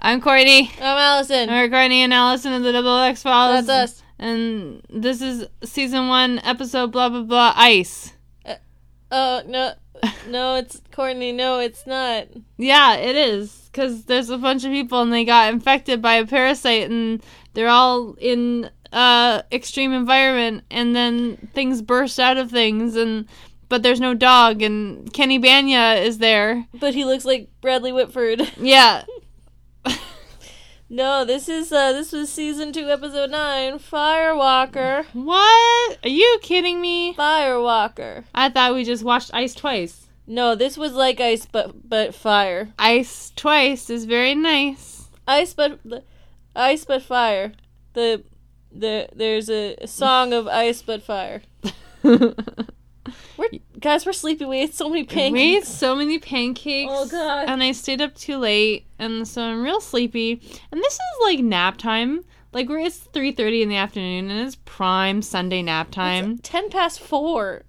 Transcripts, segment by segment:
I'm Courtney. I'm Allison. We're Courtney and Allison of the Double X Files. That's us. And this is season one, episode blah blah blah. Ice. Oh no, no, it's Courtney. No, it's not. Yeah, it is because there's a bunch of people and they got infected by a parasite and they're all in uh extreme environment and then things burst out of things and but there's no dog and Kenny Banya is there. But he looks like Bradley Whitford. Yeah. No, this is uh, this was season two, episode nine, Firewalker. What? Are you kidding me? Firewalker. I thought we just watched Ice twice. No, this was like ice, but but fire. Ice twice is very nice. Ice, but ice, but fire. The the there's a song of ice, but fire. We're guys, we're sleepy. We ate so many We ate pancakes. so many pancakes. Oh, God. And I stayed up too late, and so I'm real sleepy. And this is like nap time. Like where it's three thirty in the afternoon, and it's prime Sunday nap time. Ten past four.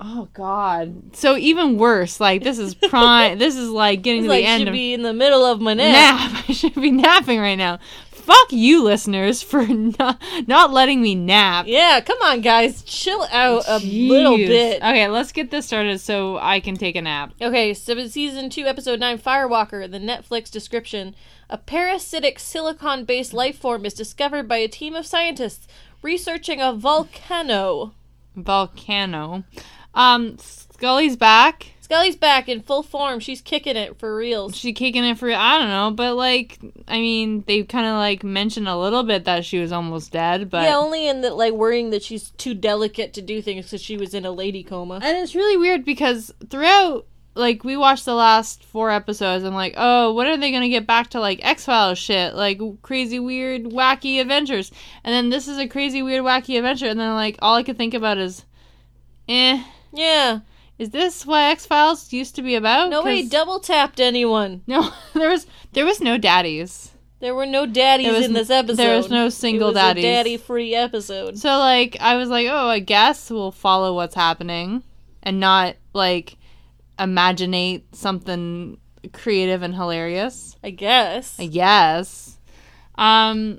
Oh God! So even worse, like this is prime. this is like getting It's to like the end should of be in the middle of my nap. nap. I should be napping right now. Fuck you, listeners, for not not letting me nap. Yeah, come on, guys, chill out a Jeez. little bit. Okay, let's get this started so I can take a nap. Okay, so in season two, episode nine, Firewalker, the Netflix description. A parasitic silicon based life form is discovered by a team of scientists researching a volcano. Volcano. Um, Scully's back. Scully's back in full form. She's kicking it for reals. She kicking it for I don't know, but like I mean, they kind of like mentioned a little bit that she was almost dead, but Yeah, only in that, like, worrying that she's too delicate to do things because she was in a lady coma. and it's really weird because throughout like we watched the last four episodes, I'm like, oh, when are they gonna get back to like X Files shit, like crazy weird wacky adventures? And then this is a crazy weird wacky adventure, and then like all I could think about is, eh, Yeah. is this what X Files used to be about? Nobody 'Cause- double tapped anyone. No, there was there was no daddies. There were no daddies There was in this n- episode. there was no single it was daddies. a daddy free episode. So like I was like, oh, I guess we'll follow what's happening and not like imaginate something creative and hilarious. I guess. I guess. Um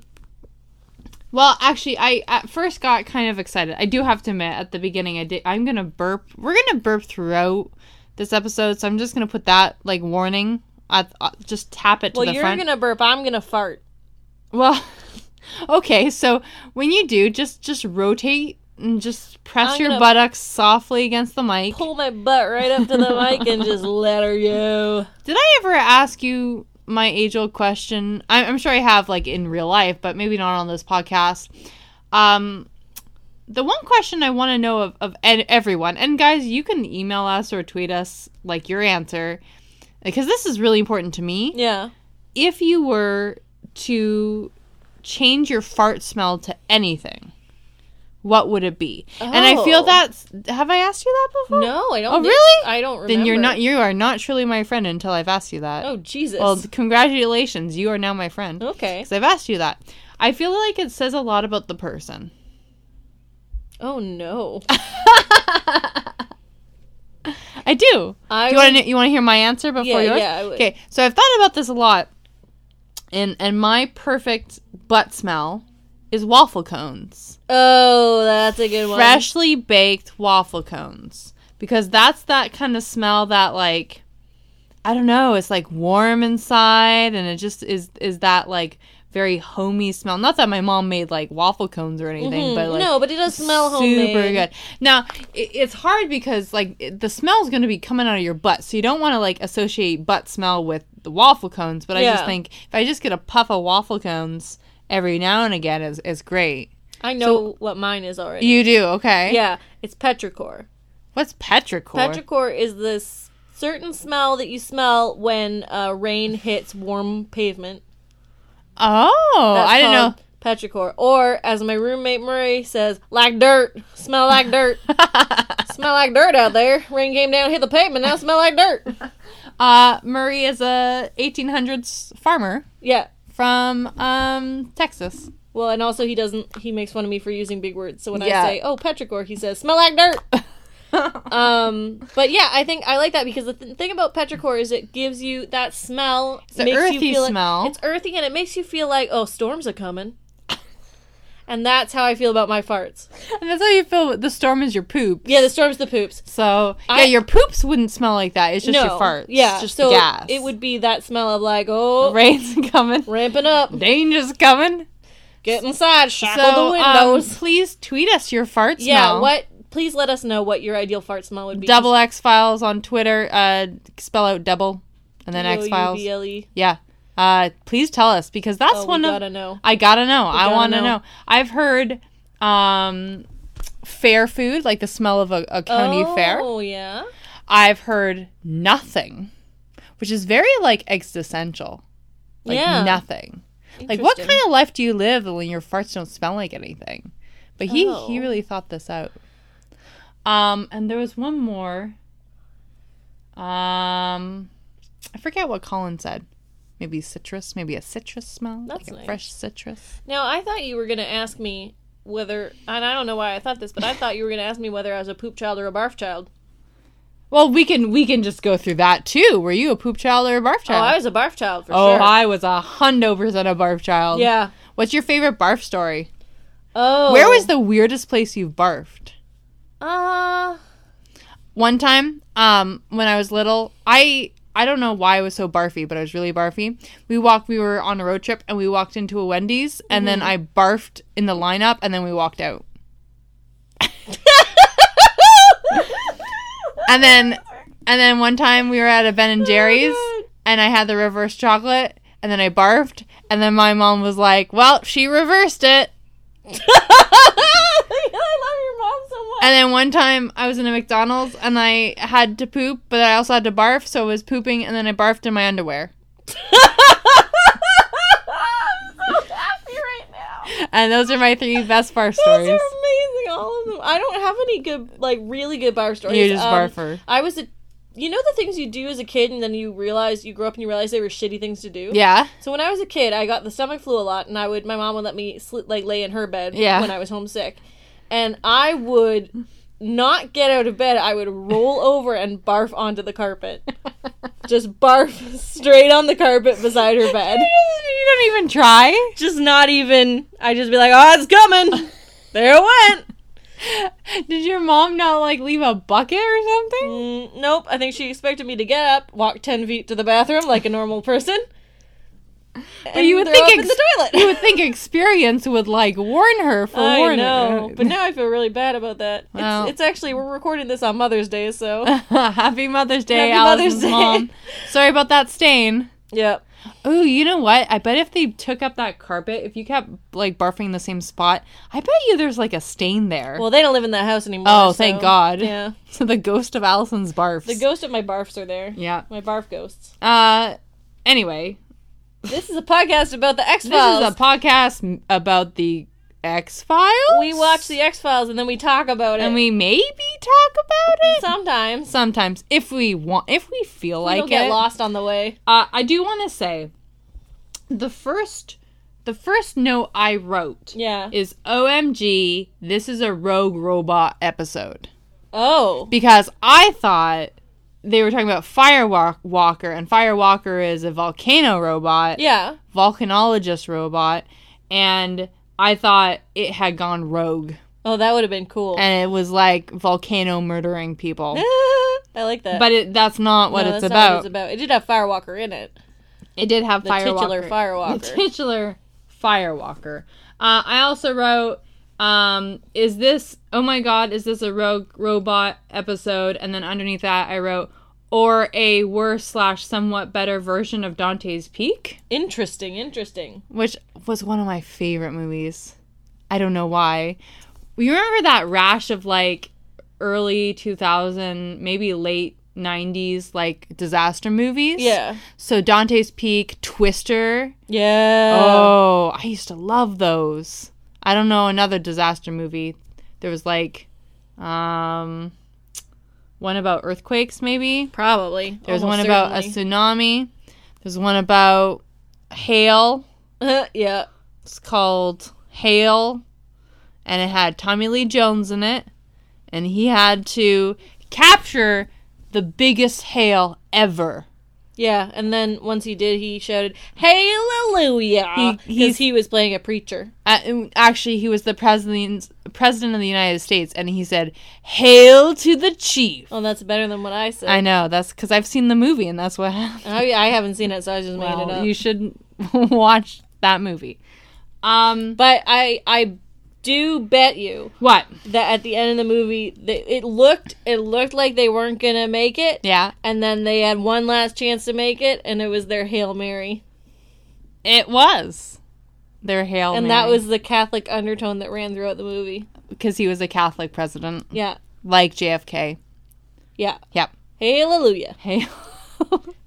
well, actually, I at first got kind of excited. I do have to admit, at the beginning, I did. I'm gonna burp. We're gonna burp throughout this episode, so I'm just gonna put that like warning. I, I just tap it to well, the you're front. gonna burp. I'm gonna fart. Well, okay. So when you do, just just rotate and just press I'm your gonna buttocks softly against the mic. Pull my butt right up to the mic and just let her go. Did I ever ask you my age-old question? I- I'm sure I have, like in real life, but maybe not on this podcast. Um, the one question I want to know of of ed- everyone, and guys, you can email us or tweet us like your answer, because this is really important to me. Yeah. if you were to change your fart smell to anything, what would it be? And I feel Oh. that have I asked you that before? No, I don't. Oh, think- really? I don't remember. Then you're not you are not truly my friend until I've asked you that. Oh Jesus. well, congratulations, you are now my friend. okay. 'Cause I've asked you that. I feel like it says a lot about the person. Oh no. I do. I Do you want to you want to hear my answer before Yeah, yours? yeah, I would. Okay, so I've thought about this a lot, and and my perfect butt smell is waffle cones. Oh, that's a good one. freshly baked waffle cones because that's that kind of smell that like I don't know, it's like warm inside and it just is is that like very homey smell. Not that my mom made like waffle cones or anything, Mm, but like no, but it does smell homemade. Super good. Now it, it's hard because like it, the smell's going to be coming out of your butt, so you don't want to like associate butt smell with the waffle cones. But I just Yeah. think if I just get a puff of waffle cones every now and again is is great. I know what mine is already. You do okay? yeah, it's petrichor. What's petrichor? Petrichor is this certain smell that you smell when uh, rain hits warm pavement. Oh, That's I didn't know. called Petrichor, or as my roommate Murray says, like dirt, smell like dirt, smell like dirt out there. Rain came down, hit the pavement, now smell like dirt. Uh, Murray is a 1800s farmer Yeah. from um Texas. Well, and also he doesn't. He makes fun of me for using big words. So when Yeah. I say, "Oh, Petrichor," he says, "Smell like dirt." um, but yeah, I think I like that because the th- thing about Petrichor is it gives you that smell. It's a earthy feel like- smell. it's earthy, and it makes you feel like, "Oh, storms are coming." and that's how I feel about my farts. And that's how you feel. The storm is your poops. Yeah, the storms, the poops. So yeah, I- your poops wouldn't smell like that. It's just no, your farts. Yeah, just so the gas. It would be that smell of like, "Oh, rain's coming. ramping up, Danger's coming. get inside, shackle So the um, windows." please tweet us your fart yeah, smell. what? Please let us know what your ideal fart smell would be. Double X Files on Twitter. Uh, spell out double, and then X Files. D-O-U-B-L-E. Yeah. Uh, please tell us because that's E. Oh, we one of gotta know. I gotta know. I gotta want to know. know. I've heard um, fair food, like the smell of a, a county fair. Oh yeah. I've heard nothing, which is very like existential. Like Yeah. nothing. Like what Interesting. kind of life do you live when your farts don't smell like anything? But he he Oh. really thought this out. Um, and there was one more. Um, I forget what Colin said. Maybe citrus, maybe a citrus smell, That's like a nice. fresh citrus. Now I thought you were gonna ask me whether, and I don't know why I thought this, but I thought you were gonna ask me whether I was a poop child or a barf child. Well, we can we can just go through that too. Were you a poop child or a barf Oh, I child? was a barf child for Oh, sure. I was a hundo percent a barf child. Yeah. What's your favorite barf story? Oh. Where was the weirdest place you've barfed? Uh. One time, um, when I was little, I I don't know why I was so barfy, but I was really barfy. We walked. We were on a road trip, and we walked into a Wendy's, and then I barfed in the lineup, and then we walked out. and then, and then one time we were at a Ben and Jerry's, and I had the reverse chocolate, and then I barfed, and then my mom was like, "Well, she reversed it." I love your mom so much. And then one time I was in a McDonald's and I had to poop, but I also had to barf, so I was pooping and then I barfed in my underwear. I'm so happy right now. And those are my three best barf Those are stories. amazing, all of them. I don't have any good, like, really good barf stories. You're just Um, barfer. I was a, you know, the things you do as a kid, and then you realize you grow up and you realize they were shitty things to do. Yeah. So when I was a kid, I got the stomach flu a lot, and I would my mom would let me sleep, like lay in her bed Yeah. when I was homesick, and I would not get out of bed. I would roll over and barf onto the carpet, just barf straight on the carpet beside her bed. You don't even try. Just not even. I just be like, oh, it's coming. There it went. Did your mom not like leave a bucket or something? Mm, nope. I think she expected me to get up, walk ten feet to the bathroom like a normal person. But you would throw think up in ex- the toilet. You would think experience would like warn her for I warning. know, but now I feel really bad about that. It's, Well. it's actually we're recording this on Mother's Day, so Happy Mother's Day, Happy Allison's Mother's Day. mom. Sorry about that stain. yeah. Oh, you know what? I bet if they took up that carpet, if you kept like barfing in the same spot, I bet you there's like a stain there. Well, they don't live in that house anymore. Oh, thank so- God. Yeah, so the ghost of Allison's barfs. the ghost of my barfs are there. Yeah. My barf ghosts. Uh. Anyway, This is a podcast about the X this is Files. a podcast m- about the X Files. we watch the X Files and then we talk about it. and we maybe talk about it sometimes sometimes if we want, if we feel we like don't get it. lost on the way. Uh, I do want to say the first, the first note I wrote Yeah. is OMG, this is a rogue robot episode. oh. because I thought they were talking about Firewalk Walker, and Firewalker is a volcano robot, yeah. volcanologist robot, and I thought it had gone rogue, Oh, that would have been cool. and it was like volcano murdering people. I like that. But it, that's not what No, it's that's not about. what it's about. It did have Firewalker in it. It did have The Firewalker. titular Firewalker. The titular Firewalker. Uh, I also wrote, um, is this, oh my god, is this a rogue robot episode? And then underneath that, I wrote, or a worse slash somewhat better version of Dante's Peak, Interesting, interesting. which was one of my favorite movies. I don't know why. You remember that rash of like early 2000, maybe late 90s like disaster movies. Yeah. So Dante's Peak, Twister. Yeah. Oh, I used to love those. I don't know another disaster movie. There was like um one about earthquakes maybe. Probably. There's one about a tsunami. There's one about hail. about a. yeah. It's called Hail, and it had Tommy Lee Jones in it, and he had to capture the biggest hail ever. Yeah, and then once he did, he shouted "Hallelujah" He- he's- because he was playing a preacher. Uh, and actually, he was the president president of the United States, and he said, "Hail to the chief." Oh, that's better than what I said. I know that's because I've seen the movie, and that's what happened. oh, yeah, I haven't seen it, so I just made it Well, up. you should watch that movie. Um, but I, I do bet you what? that at the end of the movie, they, it looked, it looked like they weren't gonna make it. Yeah, And then they had one last chance to make it, and it was their Hail Mary. it was their hail, and that was the Catholic undertone that ran throughout the movie. because he was a Catholic president. Yeah, like JFK. yeah. Yep. Hallelujah. Hey.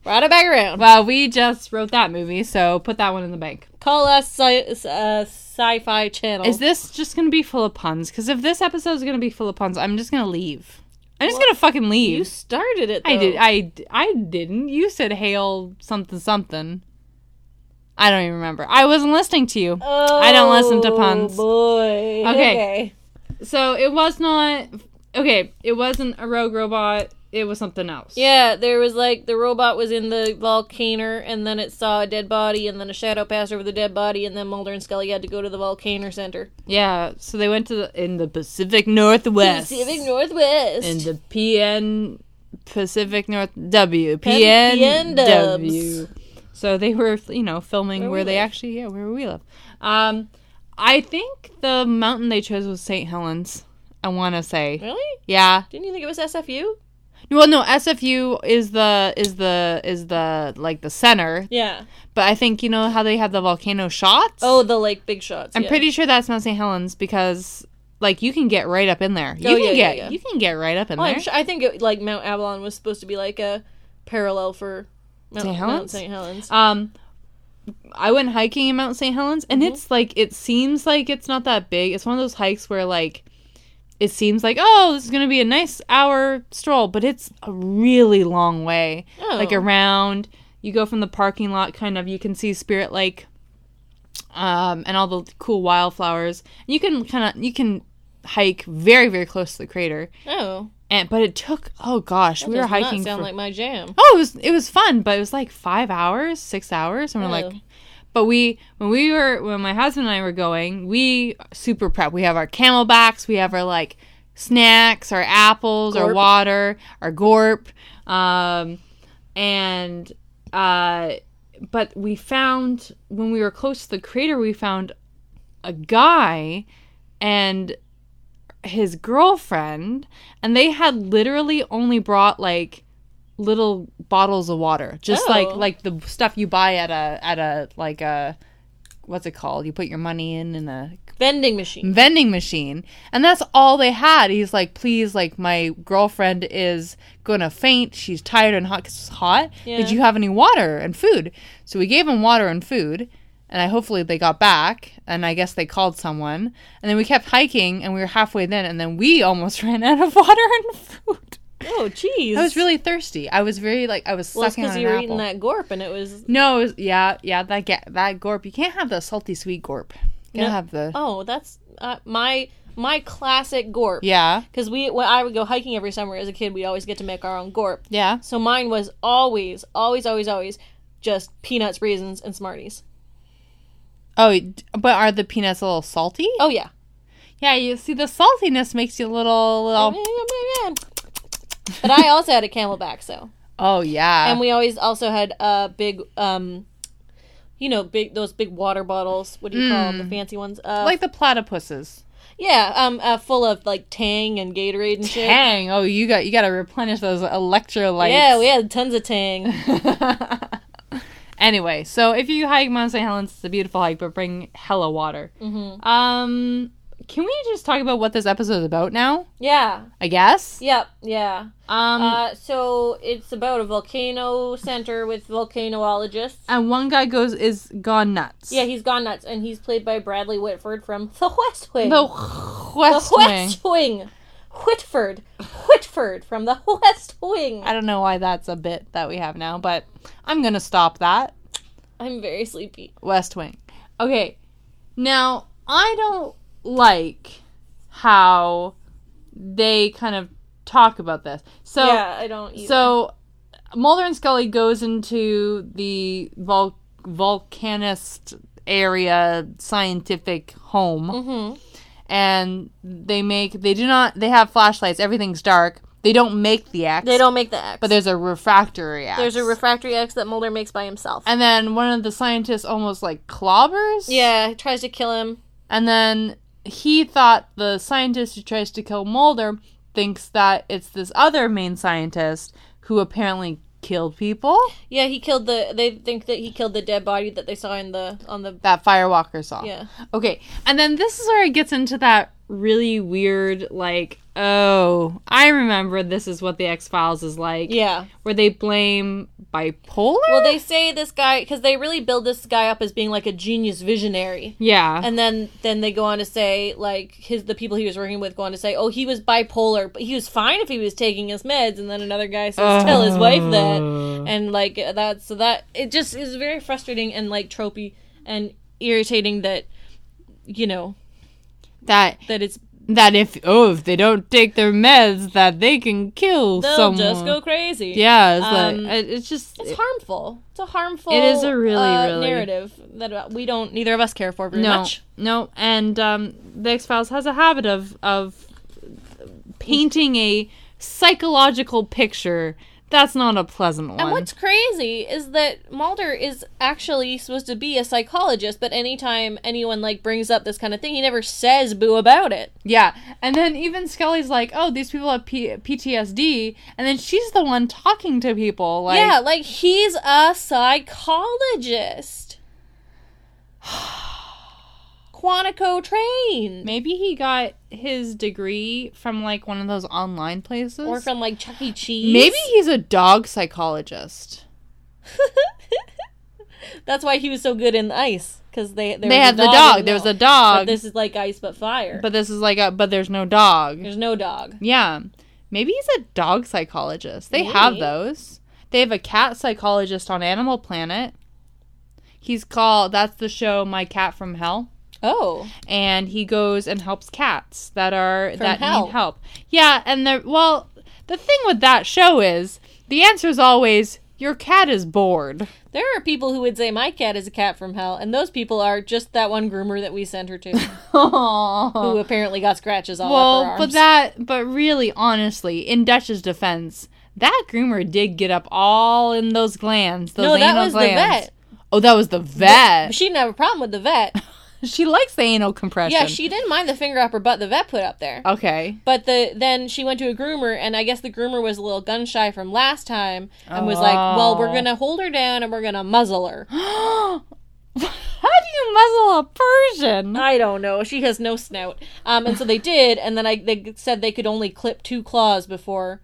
Right it back around. well, we just wrote that movie, so put that one in the bank. Call us sci- uh, Sci-Fi Channel. Is this just going to be full of puns? Because if this episode is going to be full of puns, I'm just going to leave. I'm just going to fucking you uh, leave. started it. Though. I did. I I didn't. You said hail something something. I don't even remember. I wasn't listening to you. I don't listen to puns. Oh, Boy. Okay. So it was not. Okay, it wasn't a rogue robot. It was something else. Yeah, there was like the robot was in the volcano, and then it saw a dead body, and then a shadow passed over the dead body, and then Mulder and Scully had to go to the volcano center. Yeah. So they went to the in the Pacific Northwest. Pacific Northwest. in the PN Pacific North W PN PNW. dubs. So they were, you know, filming where, we they live. actually yeah where we live. Um, I think the mountain they chose was St. Helens. I want to say really? yeah. Didn't you think it was SFU? Well, no, SFU is the is the is the like the center, Yeah. but I think you know how they have the volcano shots. Oh, the like big shots. I'm yeah. pretty sure that's not St. Helens because like you can get right up in there. You Oh, can yeah, yeah, get yeah. you can get right up in Well, there. I'm sure, I think it, like Mount Avalon was supposed to be like a parallel for Mount St. St. Helens? Helens. Mount St. Helens. Um, I went hiking in Mount St. Helens, and Mm-hmm. it's like it seems like it's not that big. It's one of those hikes where like it seems like oh, this is gonna be a nice hour stroll, but it's a really long way. Oh. Like around, you go from the parking lot, kind of. You can see Spirit Lake, um, and all the cool wildflowers. You can kind of you can hike very very close to the crater, oh, and but it took oh gosh, we were does not hiking sound for like my jam. oh it was it was fun but it was like five hours six hours and we're like Oh. but we when we were when my husband and i were going we super prep we have our camelbacks we have our like snacks our apples our Gorp. water our gorp um and uh but we found when we were close to the crater we found a guy and his girlfriend and they had literally only brought like little bottles of water just Oh. like like the stuff you buy at a at a like a what's it called you put your money in in a Vending machine. vending machine and that's all they had he's like please like my girlfriend is gonna faint she's tired and hot 'cause it's hot Yeah. did you have any water and food so we gave him water and food and i hopefully they got back and i guess they called someone and then we kept hiking and we were halfway then and then we almost ran out of water and food Oh, jeez. i was really thirsty i was very like i was Well, sucking because on you an were apple. eating that gorp, and it was no it was, yeah yeah that get that gorp you can't have the salty sweet gorp you gotta No. have the oh, that's uh, my my classic gorp. yeah Because we when I would go hiking every summer as a kid, we always get to make our own gorp. yeah So mine was always, always, always, always just peanuts, raisins, and Smarties. Oh, d- but are the peanuts a little salty? Oh yeah. Yeah, you see, the saltiness makes you a little, Oh, little. But I also had a Camelback, so Oh yeah, and we always also had uh big um, you know, big those big water bottles. What do you call them? The fancy ones. Uh, Mm. like the platypuses. yeah, um, uh, full of like Tang and Gatorade and shit. Tang! Oh, you got you got to replenish those electrolytes. Yeah, we had tons of Tang. Anyway, Mm-hmm. so if you hike Mount St. Helens, it's a beautiful hike, but bring hella water. Um, Can we just talk about what this episode is about now? Yeah. I guess. Yep. Yeah. Um, Uh, so it's about a volcano center with volcanologists. and one guy goes is gone nuts. Yeah, he's gone nuts, and he's played by Bradley Whitford from The West Wing. the The West Wing. West Wing. Whitford. Whitford from The West Wing. I don't know why that's a bit that we have now, but I'm gonna stop that. I'm very sleepy. West Wing. Okay. Now, I don't like how they kind of talk about this. So yeah, I don't. Either. so Mulder and Scully goes into the vol- volcanist area scientific home Mhm. and they make they do not they have flashlights, everything's dark. They don't make the axe. they don't make the X, but there's a refractory axe. there's a refractory X that Mulder makes by himself. and then one of the scientists almost like clobbers. yeah, he tries to kill him. And then he thought the scientist who tries to kill Mulder thinks that it's this other main scientist who apparently killed people Yeah, he killed the. They think that he killed the dead body that they saw in the on the. that Firewalker saw. Yeah. Okay. And then this is where it gets into that really weird, like, oh, I remember this is what the X Files is like. Yeah. Where they blame bipolar? Well, they say this guy because they really build this guy up as being like a genius visionary. yeah. and then then they go on to say like his the people he was working with go on to say oh he was bipolar but he was fine if he was taking his meds and then another guy says tell his wife that Oh. and like that so that it just is very frustrating and like tropey and irritating that you know that that it's that if oh if they don't take their meds that they can kill they'll someone. just go crazy Yeah, it's Um, like it- it's just it's harmful it's a harmful It is a really, uh, really- narrative that we don't neither of us care for very no, much no, and um, the X Files has a habit of of painting a psychological picture that's not a pleasant one. And what's crazy is that Mulder is actually supposed to be a psychologist, but anytime anyone like brings up this kind of thing, he never says boo about it. yeah, and then even Scully's like, "Oh, these people have P- PTSD," and then she's the one talking to people. Like, yeah, like he's a psychologist. Quantico trained. maybe he got his degree from like one of those online places, Or from like Chuck E. Cheese. maybe he's a dog psychologist. That's why he was so good in the ice. Because they They there was a had the dog dog. in There was a But dog. this is like ice but fire. But But this is like a but there's no dog. there's no dog. Yeah. Maybe he's a dog psychologist. They have Maybe. those. They have a cat psychologist on Animal Planet. He's called that's the show My Cat from Hell. Oh, And he goes and helps cats that are that hell. need help. Yeah, and the well, the thing with that show is the answer is always your cat is bored. There are people who would say my cat is a cat from hell, and those people are just that one groomer that we sent her to, who apparently got scratches all over Well, her arms. but that, but really, honestly, in Dutch's defense, that groomer did get up all in those glands. Those no, that anal was glands. the Oh, that was the vet. vet. She didn't have a problem with the vet. She likes the anal compression. yeah, she didn't mind the finger up her butt the vet put up there. Okay. But the then she went to a groomer, and I guess the groomer was a little gun shy from last time, and was like, "Well, we're Oh. gonna hold her down and we're gonna muzzle her." How do you muzzle a Persian? I don't know. She has no snout. Um, and so they did, and then I they said they could only clip two claws before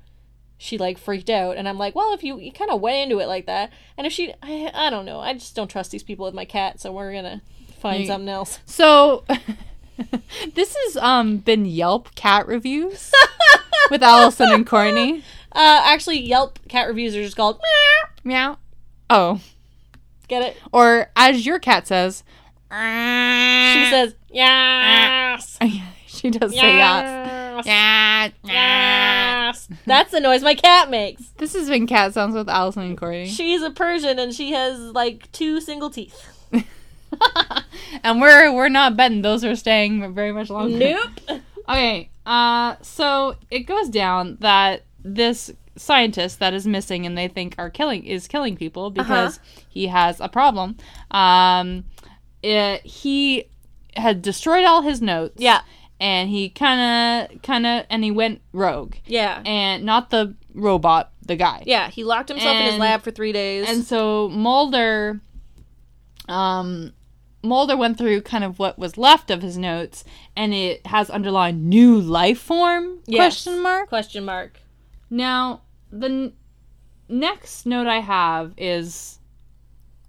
she like freaked out. And I'm like, well, if you, you kind of went into it like that, and if she, I, I don't know. I just don't trust these people with my cat, so we're gonna find You- something else. So, this has um been Yelp cat reviews with Allison and Courtney. Uh, actually, Yelp cat reviews are just called meow. Meow. Oh, Get it? or as your cat says. She says yes, she does say yes. yes, Yeah. yes. That's the noise my cat makes. This has been Cat Sounds with Allison and Courtney. She's a Persian, and she has like two single teeth. and we're we're not betting those are staying very much longer. Nope. Okay. Uh so it goes down that this scientist that is missing and they think are killing is killing people Uh-huh. because he has a problem. Um it, he had destroyed all his notes. Yeah. And he kind of kind of and he went rogue. Yeah. And not the robot, the guy. Yeah, he locked himself in his And- lab for three days. And so Mulder, um, Mulder went through kind of what was left of his notes, and it has underlined new life form question mark. Question mark. Now, the n- next note I have is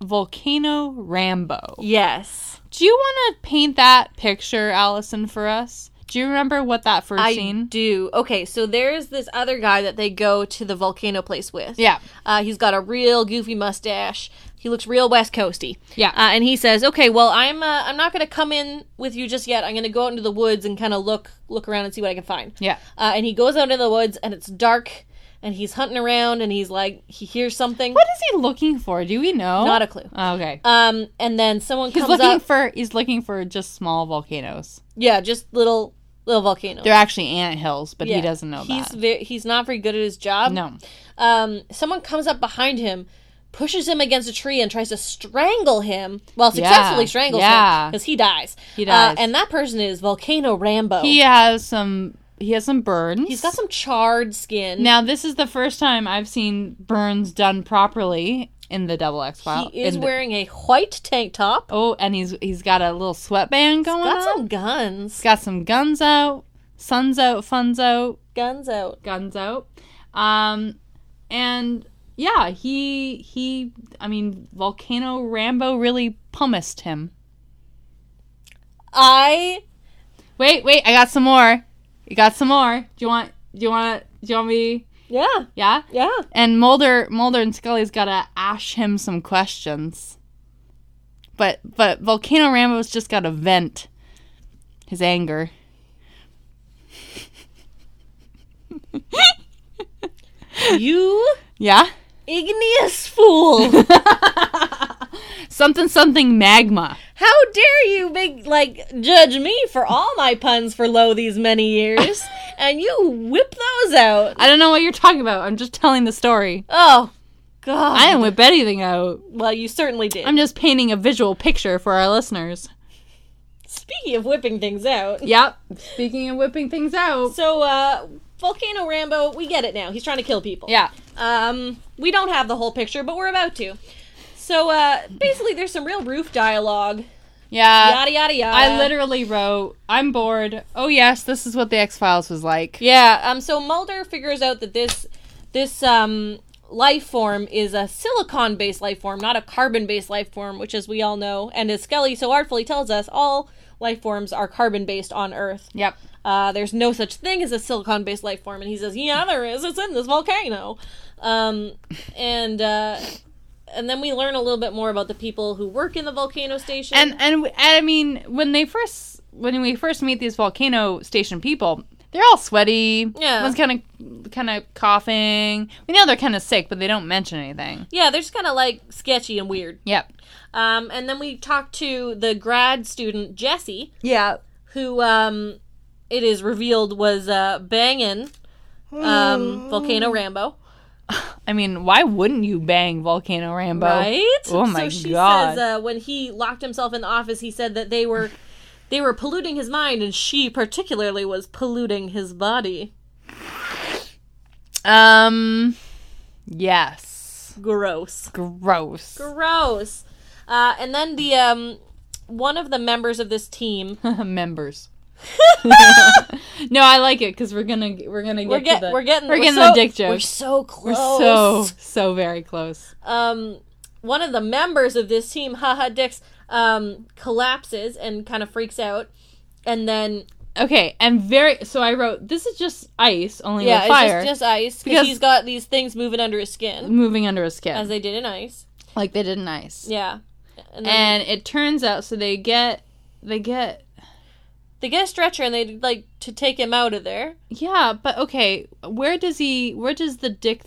Volcano Rambo. Yes. Do you want to paint that picture, Allison, for us? Do you remember what that first I scene? do. Okay, so there's this other guy that they go to the volcano place with. Yeah. Uh, he's got a real goofy mustache. He looks real West Coasty. Yeah. Uh, and he says, "Okay, well, I'm uh, I'm not going to come in with you just yet. I'm going to go out into the woods and kind of look look around and see what I can find." yeah. Uh, and he goes out in the woods, and it's dark, and he's hunting around, and he's like, he hears something. What is he looking for? Do we know? Not a clue. Oh, okay. Um, and then someone He's comes looking up. for he's looking for just small volcanoes. yeah, just little little volcanoes. They're actually ant hills, but Yeah. he doesn't know he's that. Very, he's not very good at his job. No. Um, someone comes up behind him, pushes him against a tree, and tries to strangle him. Well, successfully Yeah. strangles Yeah. him because he dies. He dies. Uh, and that person is Volcano Rambo. He has some he has some burns. he's got some charred skin. Now this is the first time I've seen burns done properly in the double X file. he is in the- wearing a white tank top. Oh, and he's he's got a little sweatband going got on. some guns. He's got some guns out, suns out, fun's out, guns out. guns out. Um, and yeah, he he. I mean, Volcano Rambo really pumiced him. I Wait, wait, I got some more. You got some more. Do you want? Do you want? Do you want me? yeah Yeah. yeah. And Mulder, Mulder and Scully's gotta ash him some questions. But but Volcano Rambo's just gotta vent his anger. You Yeah. igneous fool! Something something magma. How dare you make like judge me for all my puns for low these many years, and you whip those out. I don't know what you're talking about. I'm just telling the story. Oh God! I didn't whip anything out. well, you certainly did. I'm just painting a visual picture for our listeners. Speaking of whipping things out, Yep. Speaking of whipping things out. so uh, Volcano Rambo, we get it now. He's trying to kill people. Yeah. Um, we don't have the whole picture, but we're about to. So uh, basically, there's some real roof dialogue. Yeah. Yada yada yada. Uh, I literally wrote, I'm bored. Oh yes, this is what the X Files was like. Yeah. Um. So Mulder figures out that this this um life form is a silicon based life form, not a carbon based life form, which, as we all know, and as Skelly so artfully tells us, all life forms are carbon based on Earth. Yep. Uh, there's no such thing as a silicon based life form, and he says, "Yeah, there is. It's in this volcano." Um, and uh, and then we learn a little bit more about the people who work in the volcano station. and and I mean when they first when we first meet these volcano station people, they're all sweaty. Yeah. one's kind of kind of coughing. We know they're kind of sick, but they don't mention anything. yeah, they're just kind of like sketchy and weird. Yep. Um, and then we talk to the grad student Jesse, Yeah. who um, it is revealed was uh, banging um, Volcano Rambo, I mean, why wouldn't you bang Volcano Rambo? right? Oh my so she God. Says, uh, when he locked himself in the office, he said that they were they were polluting his mind, and she particularly was polluting his body. Um. Yes. Gross. Gross. Gross. Uh, and then the um, one of the members of this team, Members. no, I like it because we're gonna we're gonna get we're, get, to the, we're getting we're we're getting so- the dick We're jokes. so close. so so very close. um, one of the members of this team, haha dicks, um, collapses and kind of freaks out. And then Okay, and very so I wrote this is just ice only yeah, with fire it's just, just ice because Because- Mm. he's got these things moving under his skin moving under a skin as they did in ice. like they did in ice. Yeah, and, then And it turns out so they get they get they get a stretcher and they like to take him out of there. yeah, but okay, where does he where does the dick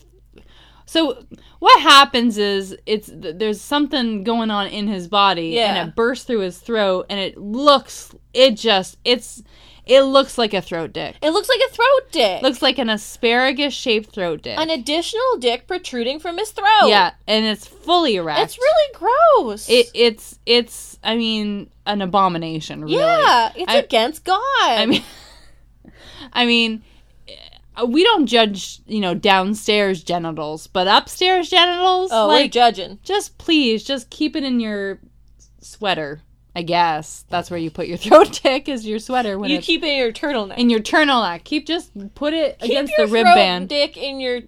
so what happens is it's th- there's something going on in his body Yeah. and it bursts through his throat and it looks it just it's it looks like a throat dick. It looks like a throat dick, looks like an asparagus shaped throat dick. an additional dick protruding from his throat. yeah, and it's fully erect. it's really gross. It it's it's I mean an abomination. Really. yeah, it's I- against God. I mean, I mean, eh, we don't judge you know downstairs genitals, but upstairs genitals. oh, we're like judging. just please just keep it in your sweater. I I guess that's where you put your throat tick is your sweater when you it's keep it in your turtleneck. in your turtleneck. Keep just put it Keep against your the rib throat band dick in your yeah,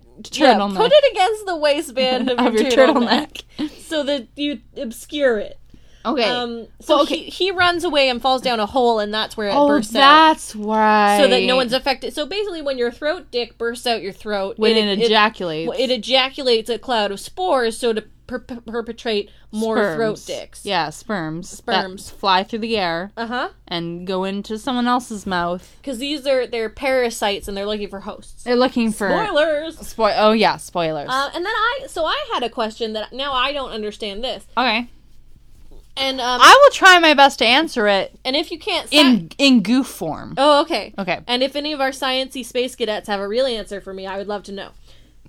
turtleneck. put it against the waistband of, of your turtleneck, turtleneck. so that you obscure it. Okay. Um, so Well, okay. he, he runs away and falls down a hole, and that's where it oh, bursts out. that's why. So that no one's affected. So basically, when your throat dick bursts out your throat, when it, it, ejaculates. it ejaculates a cloud of spores, so to per- perpetrate more throat Sperms. dicks. Yeah, sperms. that Sperms. fly through the air Uh huh. and go into someone else's mouth. Because these are they're parasites and they're looking for hosts. They're looking for Spoilers. Spoil. Oh yeah, spoilers. Uh, and then I so I had a question that now I don't understand this. okay. And um I will try my best to answer it and if you can't sci- in in goof form. oh okay Okay. And if any of our sciency space cadets have a real answer for me, I would love to know.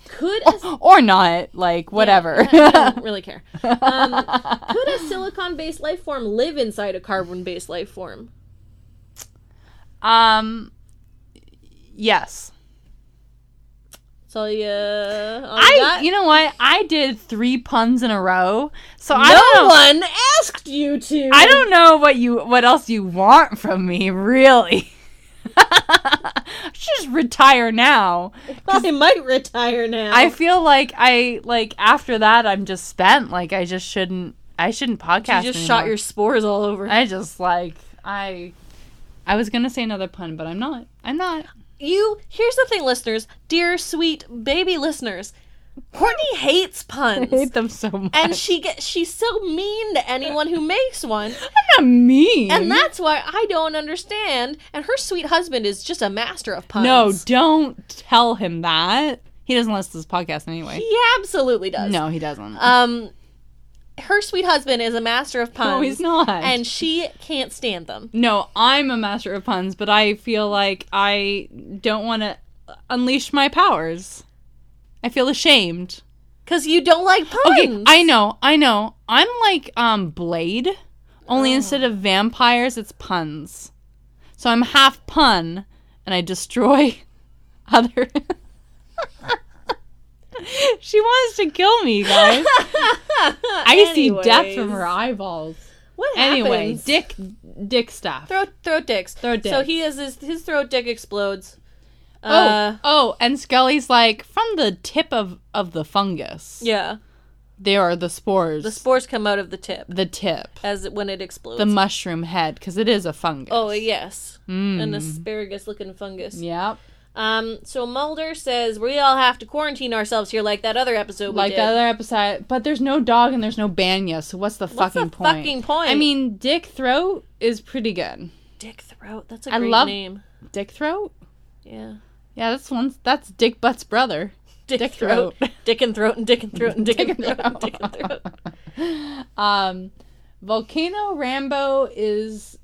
Could a Or not, like whatever. I don't really care. Um, could a silicon-based life form live inside a carbon-based life form? um yes. So yeah, on I that- you know what? I did 3 puns in a row. So I no don't know, one asked you to. I don't know what you what else you want from me, really. I should just retire now. I might retire now. I feel like I like after that I'm just spent. Like I just shouldn't I shouldn't podcast. you just shot anymore. your spores all over. I just like I I was gonna say another pun, but I'm not. I'm not. you here's the thing, listeners, dear sweet baby listeners, Courtney hates I puns. hate them so much. And she gets she's so mean to anyone who makes one, I'm not mean. and that's why I don't understand. And her sweet husband is just a master of puns. no, don't tell him that. He doesn't listen to this podcast anyway. he absolutely does. no, he doesn't. um, her sweet husband is a master of puns. no, he's not. Um, and she can't stand them. no, I'm a master of puns, but I feel like I don't want to unleash my powers. I feel ashamed. Because you don't like puns. Okay, I know, I know. I'm like um Blade, Oh. only instead of vampires, it's puns. So I'm half pun, and I destroy other. she wants to kill me, guys. I see death from her eyeballs. What Anyway, happens? dick, dick stuff. Throat, throat dicks. Throat So dicks. he is his, his throat dick explodes. oh, Uh, oh, and Scully's like from the tip of of the fungus. yeah. They are the spores. The spores come out of the tip the tip. as it- when it explodes. The mushroom head, because it is a fungus. oh yes, Hmm. an asparagus-looking fungus. Yep. Um. So Mulder says we all have to quarantine ourselves here, like that other episode. like we the did. other episode. But there's no dog and there's no banya, so what's the What's fucking the point? fucking point? I mean, Dick Throat is pretty good. Dick Throat. That's a I great love- name. Dick Throat? Yeah. Yeah, that's one. That's Dick Butt's brother. Dick, Dick throat. Throat. Dick and throat and dick and throat and dick and Dick and throat and dick and throat. Um, Volcano Rambo is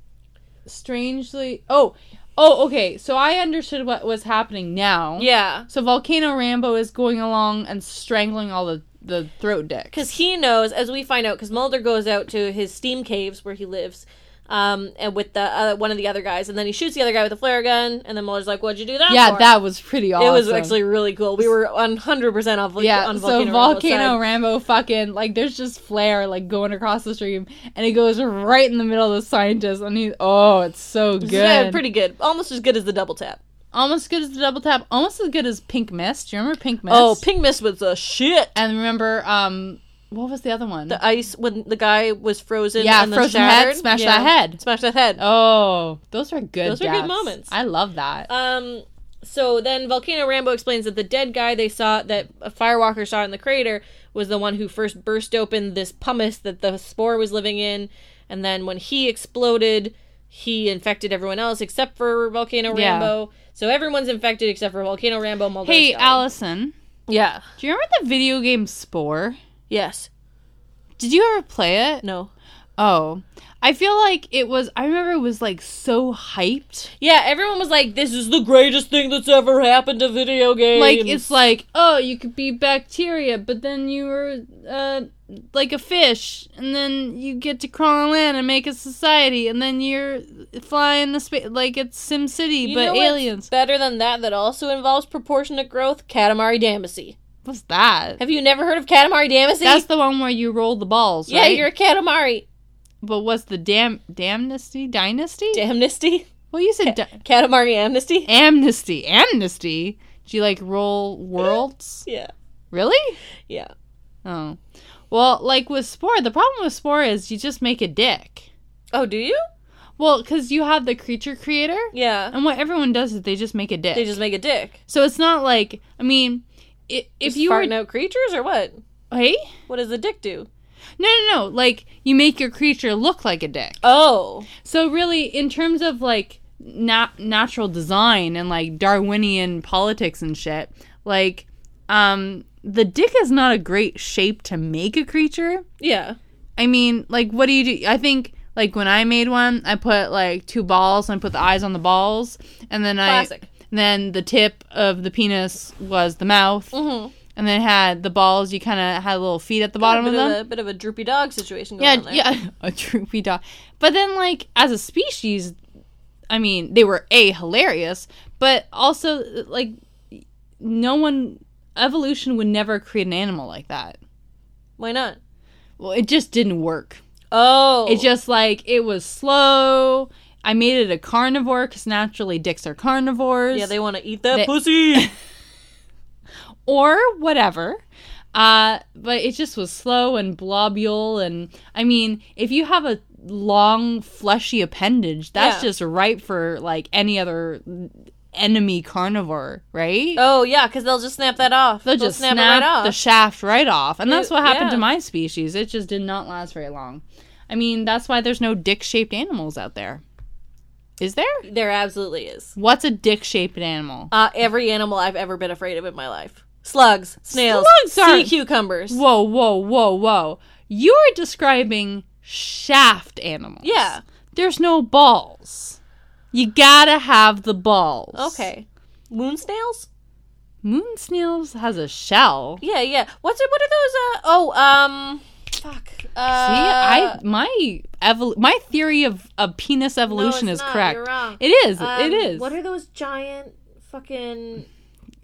strangely. Oh, oh, okay. So I understood what was happening now. Yeah. So Volcano Rambo is going along and strangling all the the throat dicks. Because he knows, as we find out, because Mulder goes out to his steam caves where he lives, um, and with the uh, one of the other guys, and then he shoots the other guy with a flare gun, and then Mulder's like, "What'd you do that?" yeah, for?" that was pretty awesome. It was actually really cool. We were 100 percent on, vol- Yeah, on so volcano. Volcano Rambo's side. Rambo fucking like there's just flare like going across the stream and it goes right in the middle of the scientist and he oh it's so good. Yeah, pretty good. Almost as good as the double tap. almost as good as the double tap, almost as good as Pink Mist. Do you remember Pink Mist? Oh, Ping Mist was a shit. and remember um what was the other one? The ice when the guy was frozen. Yeah, and then frozen head, shattered. smash that head. Smash that head. oh, those are good. Those were good deaths. moments. I love that. Um, so then Volcano Rambo explains that the dead guy they saw, that a firewalker saw in the crater, was the one who first burst open this pumice that the spore was living in. And then when he exploded, he infected everyone else except for Volcano Yeah. Rambo. So everyone's infected except for Volcano Rambo. Mulder hey, Scully. Allison, Yeah. do you remember the video game Spore? Yes. Did you ever play it? No. Oh. I feel like it was I remember it was like so hyped. Yeah, everyone was like, "This is the greatest thing that's ever happened to video games." like it's like oh you could be bacteria but then you were uh, like a fish and then you get to crawl on land and make a society and then you're flying the space like it's sim city You but know what's aliens better than that. That also involves proportionate growth. Katamari Damacy. what's that Have you never heard of Katamari Damacy? that's the one where you roll the balls yeah, right? you're a Katamari. But was the dam damnesty dynasty? Amnesty? well, you said di- Katamari Amnesty? amnesty. Amnesty. Do you like roll worlds? Yeah. really? Yeah. Oh, well, like with Spore, the problem with Spore is you just make a dick. Oh, do you? Well, because you have the creature creator, Yeah. and what everyone does is they just make a dick. They just make a dick. so it's not like I mean, i if Just you were farting out creatures or what? hey, What does the dick do? no, no, no, like you make your creature look like a dick. Oh. So really, in terms of like nat- natural design and like Darwinian politics and shit, like um the dick is not a great shape to make a creature. Yeah. I mean, like what do you do? I think like when I made one, I put like two balls and I put the eyes on the balls and then Classic. I then the tip of the penis was the mouth. Mhm. And then it had the balls, you kind of had little feet at the A bottom bit, of them. of a, bit of a droopy dog situation going Yeah, on there. yeah, a droopy dog. But then, like as a species, I mean, they were a hilarious, but also like no one evolution would never create an animal like that. Why not? Well, it just didn't work. Oh. It just like it was slow. I made it a carnivore because naturally dicks are carnivores. Yeah, they want to eat that They- pussy. or whatever. Uh, but it just was slow and blobule. And I mean, if you have a long, fleshy appendage, that's Yeah. just ripe for like any other enemy carnivore, right? oh yeah, because they'll just snap that off. They'll just snap, it right off. the shaft right off. And that's what happened to yeah. my species. It just did not last very long. I mean, that's why there's no dick shaped animals out there. Is there? there absolutely is. What's a dick shaped animal? Uh, every animal I've ever been afraid of in my life: slugs, snails, Slugs sea aren't- cucumbers. Whoa, whoa, whoa, whoa. You're describing shaft animals. Yeah. There's no balls. You gotta have the balls. Okay. Moon snails? Moon snails has a shell. Yeah, yeah. What's it? What are those? Uh, oh, um, fuck. Uh, See, I my evol- my theory of, of penis evolution it's is not. correct. You're wrong. It is. um, it is. What are those giant fucking?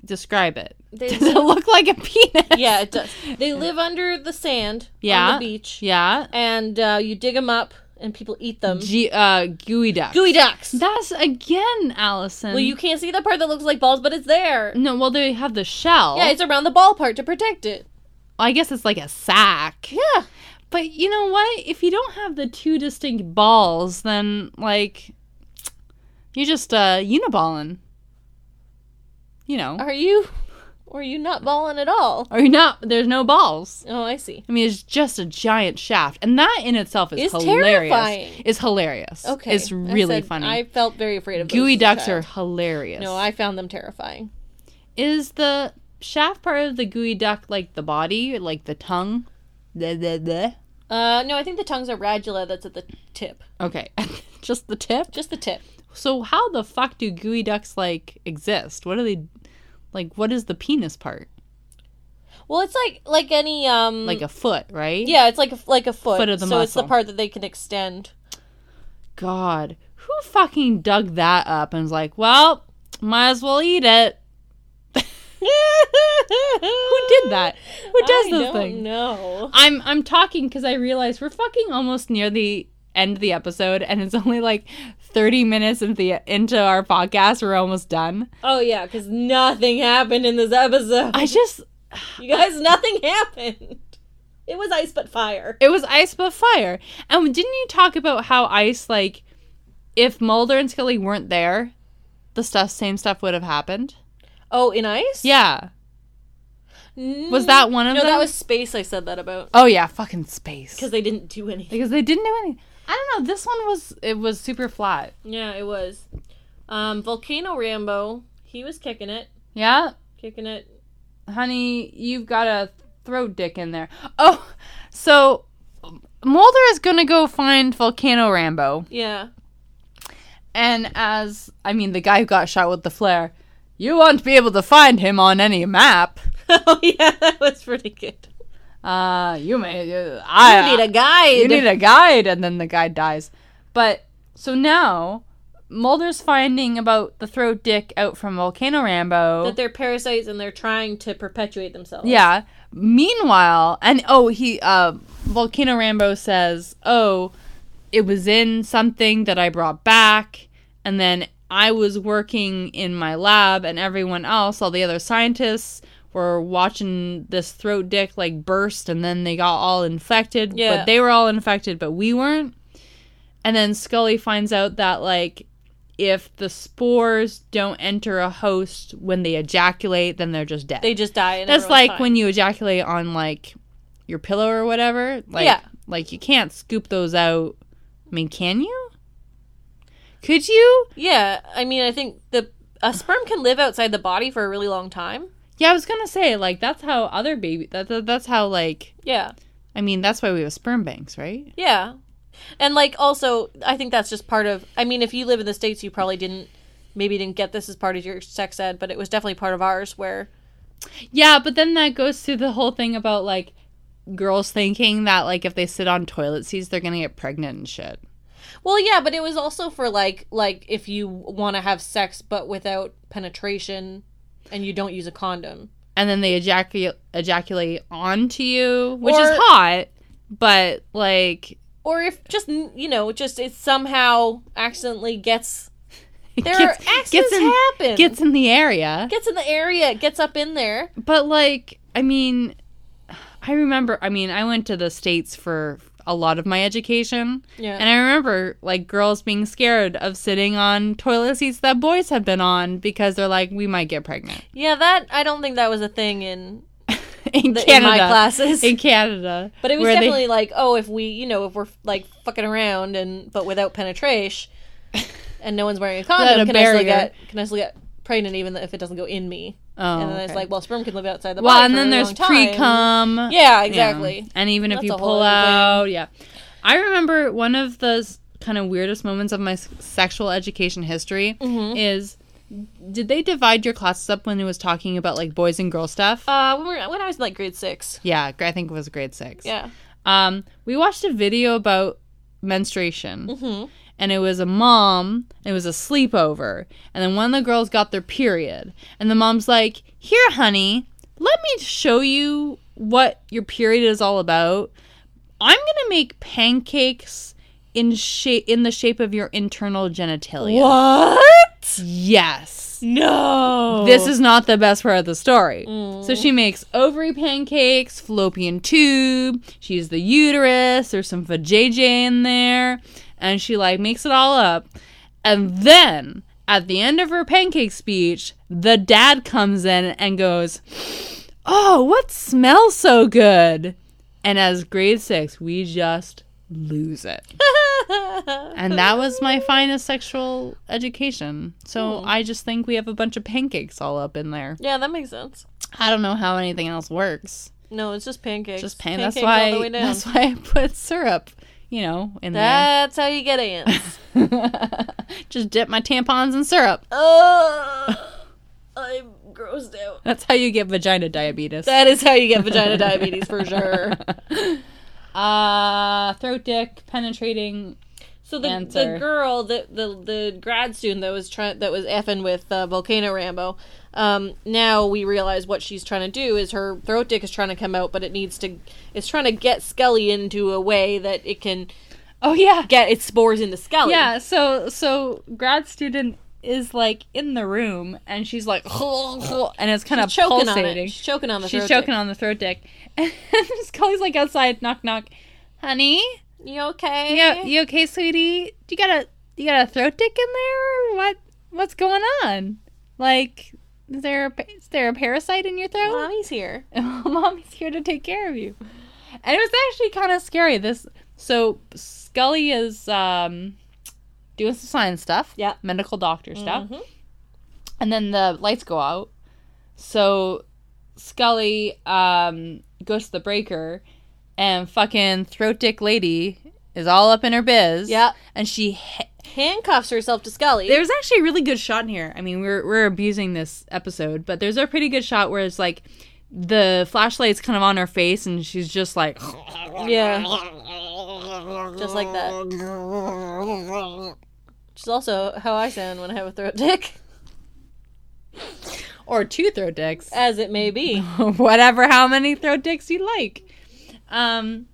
Describe it. They Does it look like a penis? yeah, it does. They live under the sand Yeah. on the beach, Yeah. and uh, you dig them up, and people eat them. G- uh, gooey ducks. Gooey ducks. That's again, Allison. well, you can't see the part that looks like balls, but it's there. no. Well, they have the shell. Yeah, it's around the ball part to protect it. I guess it's like a sack. Yeah. But you know what? If you don't have the two distinct balls, then like you're just uh uniballing. You know. Are you? Or are you not balling at all? Or you're not there's no balls. Oh, I see. I mean it's just a giant shaft. And that in itself is It's hilarious. terrifying. It's hilarious. Okay. It's I really said funny. I felt very afraid of those Gooey as a ducks are child. hilarious. No, I found them terrifying. is the shaft part of the gooey duck like the body, like the tongue? Bleh, bleh, bleh? Uh, no, I think the tongue's a radula that's at the tip. Okay. just the tip? Just the tip. So how the fuck do gooey ducks like exist? What are they like what is the penis part? Well, it's like like any um Like a foot, right? yeah, it's like a, like a foot. Foot of the so it's the muscle. part that they can extend. God. Who fucking dug that up and was like, Well, might as well eat it. Who did that? Who does I those don't things? know. I'm I'm talking because I realize we're fucking almost near the end of the episode and it's only like 30 minutes into, the, into our podcast we're almost done Oh yeah, because nothing happened in this episode. i just You guys, nothing happened. It was ice but fire. It was ice but fire. And didn't you talk about how ice, like, if Mulder and Scully weren't there, the stuff, same stuff would have happened? Oh, in ice? Yeah. Was that one of Mm, No, them? that was space. I said that about Oh yeah, fucking space. because they didn't do anything. Because they didn't do anything. I don't know. This one was it was super flat. Yeah, it was. Um, Volcano Rambo. He was kicking it, Yeah, kicking it. honey, you've got a throat dick in there. Oh, so Mulder is gonna go find Volcano Rambo. Yeah. And as I mean, the guy who got shot with the flare, you won't be able to find him on any map. oh yeah, that was pretty good. Uh, you may. Uh, I you need a guide. you need a guide, and then the guy dies. But so now, Mulder's finding about the throat dick out from Volcano Rambo. that they're parasites and they're trying to perpetuate themselves. Yeah. Meanwhile, and oh, he uh, Volcano Rambo says, "Oh, it was in something that I brought back, and then I was working in my lab, and everyone else, all the other scientists, were watching this throat dick like burst, and then they got all infected. Yeah. But they were all infected, but we weren't. And then Scully finds out that like if the spores don't enter a host when they ejaculate, then they're just dead. They just die. And That's like when you ejaculate on like your pillow or whatever. Like, Yeah. Like you can't scoop those out. I mean, can you? Could you? Yeah, I mean, I think the a sperm can live outside the body for a really long time. Yeah, I was gonna say like that's how other baby that, that that's how like Yeah, I mean that's why we have sperm banks, right? yeah, and like also, I think that's just part of. I mean, if you live in the states, you probably didn't maybe didn't get this as part of your sex ed, but it was definitely part of ours. Where Yeah, but then that goes to the whole thing about like girls thinking that like if they sit on toilet seats they're gonna get pregnant and shit. well, yeah, but it was also for like like if you want to have sex but without penetration, and you don't use a condom. and then they ejaculate ejaculate onto you, which Or- is hot, but like or if just you know just it somehow accidentally gets it there gets, are accidents gets in happen gets in the area. gets in the area gets up in there But like, I mean, I remember. I mean, I went to the states for a lot of my education, Yeah. and I remember like girls being scared of sitting on toilet seats that boys had been on because they're like, we might get pregnant yeah that i don't think that was a thing in, in the, in Canada. my classes In Canada, but it was where they- definitely like oh if we you know if we're like fucking around and but without penetration and no one's wearing a condom Without a can i still barrier. get can i still get pregnant even if it doesn't go in me Oh, and then it's okay. like well sperm can live outside the well, body and for a then there's long time. pre cum. yeah exactly And even if That's you a whole pull other thing. out, yeah. I remember one of those kind of weirdest moments of my s- sexual education history Mm-hmm. is did they divide your classes up when it was talking about like boys and girl stuff? uh when, we were, when i was in like grade six yeah, gr- I think it was grade six. yeah Um, we watched a video about menstruation. And it was a mom, and it was a sleepover. And then one of the girls got their period. And the mom's like, Here, honey, let me show you what your period is all about. I'm going to make pancakes in, shape in the shape of your internal genitalia. what Yes. No. This is not the best part of the story. So she makes ovary pancakes, fallopian tube. She uses the uterus. There's some vajayjay in there, and she like makes it all up. And then at the end of her pancake speech, the dad comes in and goes, "Oh, what smells so good?" And as grade six, we just lose it. And that was my finest sexual education. So I just think we have a bunch of pancakes all up in there. yeah, that makes sense. I don't know how anything else works. No, it's just pancakes. Just pan- that's Pancakes all the why way down. that's why I put syrup, you know, in That's how you get ants. there. just dip my tampons in syrup. oh, I'm grossed out. That's how you get vagina diabetes. That is how you get vagina diabetes for sure. Uh throat dick penetrating So the Answer. the girl that the the grad student that was trying that was effing with uh, Volcano Rambo. Um, now we realize what she's trying to do is her throat dick is trying to come out, but it needs to. It's trying to get Skelly into a way that it can Oh yeah. get its spores into Skelly. Yeah, so so grad student is like in the room and she's like and it's kind of choking pulsating. on it. She's choking on the She's throat choking dick. on the throat dick. And Scully's like outside, knock knock. Honey, You okay? you, you okay, sweetie? You got a you got a throat dick in there? What what's going on? Like, is there a, pa- is there a parasite in your throat? Mommy's here. Mommy's here to take care of you. And it was actually kind of scary. This so Scully is um doing some science stuff, Yeah. Mm-hmm. medical doctor stuff, and then the lights go out. So Scully um goes to the breaker, and fucking throat dick lady is all up in her biz. Yeah. and she. Ha- Handcuffs herself to Scully. there's actually a really good shot in here. I mean, we're we're abusing this episode, but there's a pretty good shot where it's like the flashlight's kind of on her face, and she's just like, yeah. Just like that. Which is also how I sound when I have a throat dick, or two throat dicks, as it may be. whatever, how many throat dicks you like. Um,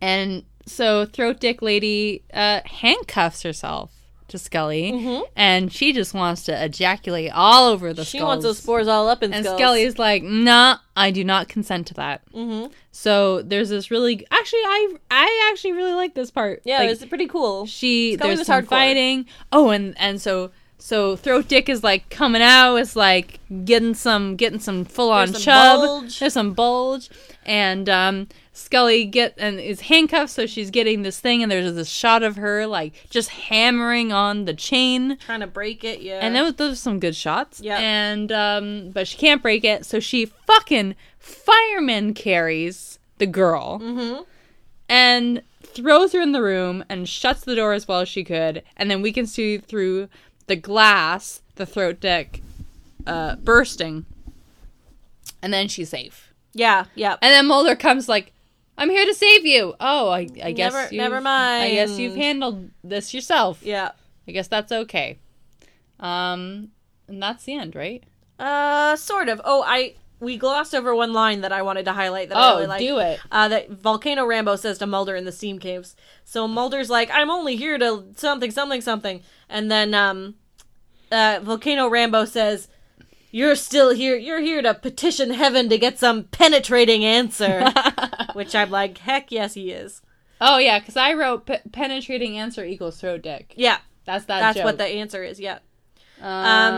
and so throat dick lady uh, handcuffs herself to Scully, and she just wants to ejaculate all over the Mm-hmm. She skulls. wants those spores all up in And skulls. Scully's like, nah, I do not consent to that. Mm-hmm. So there's this really, actually, I I actually really like this part. Yeah, Like, it's pretty cool. she Scully there's was some hardcore. fighting. Oh, and and so so throat dick is like coming out. It's like getting some getting some full on There's some chub. bulge. There's some bulge, and um, Scully get and is handcuffed, so she's getting this thing, and there's this shot of her like just hammering on the chain. Trying to break it, yeah. And those, those are some good shots. Yeah. And um, but she can't break it, so she fucking fireman carries the girl Mm-hmm. and throws her in the room and shuts the door as well as she could. And then we can see through the glass the throat deck uh, bursting, and then she's safe. yeah, yeah. And then Mulder comes like. I'm here to save you. Oh, I, I guess Never- you've- never I guess mind. you've handled this yourself. yeah. I guess that's okay. Um, and that's the end, right? Uh, sort of. Oh, I we glossed over one line that I wanted to highlight that I Oh, really like. do it. Uh, that Volcano Rambo says to Mulder in the steam caves. So Mulder's like, "I'm only here to something, something, something," and then um, uh, Volcano Rambo says. You're still here. You're here to petition heaven to get some penetrating answer, which I'm like, heck yes, he is. Oh yeah, because I wrote pe- penetrating answer equals throat dick. Yeah, That's that. that's joke. what the answer is. Yeah. Uh,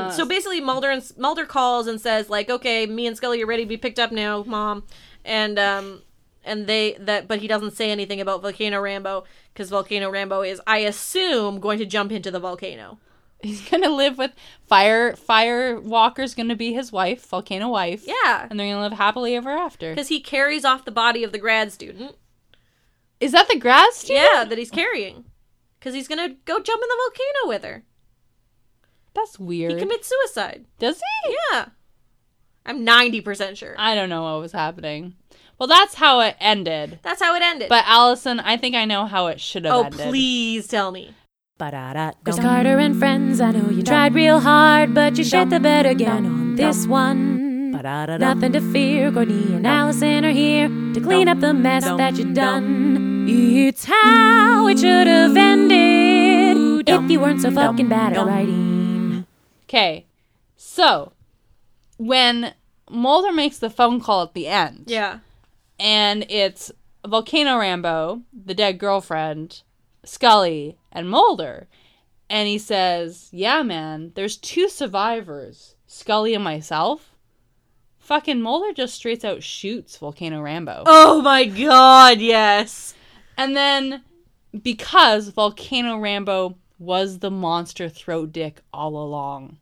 Um, so basically, Mulder and Mulder calls and says like, "Okay, me and Scully are ready to be picked up now, Mom," and um, and they that, but he doesn't say anything about Volcano Rambo because Volcano Rambo is, I assume, going to jump into the volcano. he's gonna live with fire. Fire Walker's gonna be his wife, volcano wife. Yeah, and they're gonna live happily ever after. because he carries off the body of the grad student. Is that the grass? Student? Yeah, that he's carrying, because he's gonna go jump in the volcano with her. that's He weird. commits suicide. Does he? Yeah, I'm ninety percent sure. I don't know what was happening. Well, that's how it ended. That's how it ended. But Allison, I think I know how it should have oh, ended. please tell me. Chris Carter and friends, I know you tried real hard, but you shit the bed again on this one. Nothing to fear, Courtney and Allison are here to clean up the mess that you done. It's how it should have ended if you weren't so fucking bad at writing. Okay, so when Mulder makes the phone call at the end, Yeah, and it's Volcano Rambo, the dead girlfriend, Scully, and Mulder. And he says, Yeah, man, there's two survivors, Scully and myself. Fucking Mulder just straight out shoots Volcano Rambo. Oh my god, yes. And then because Volcano Rambo was the monster throat dick all along,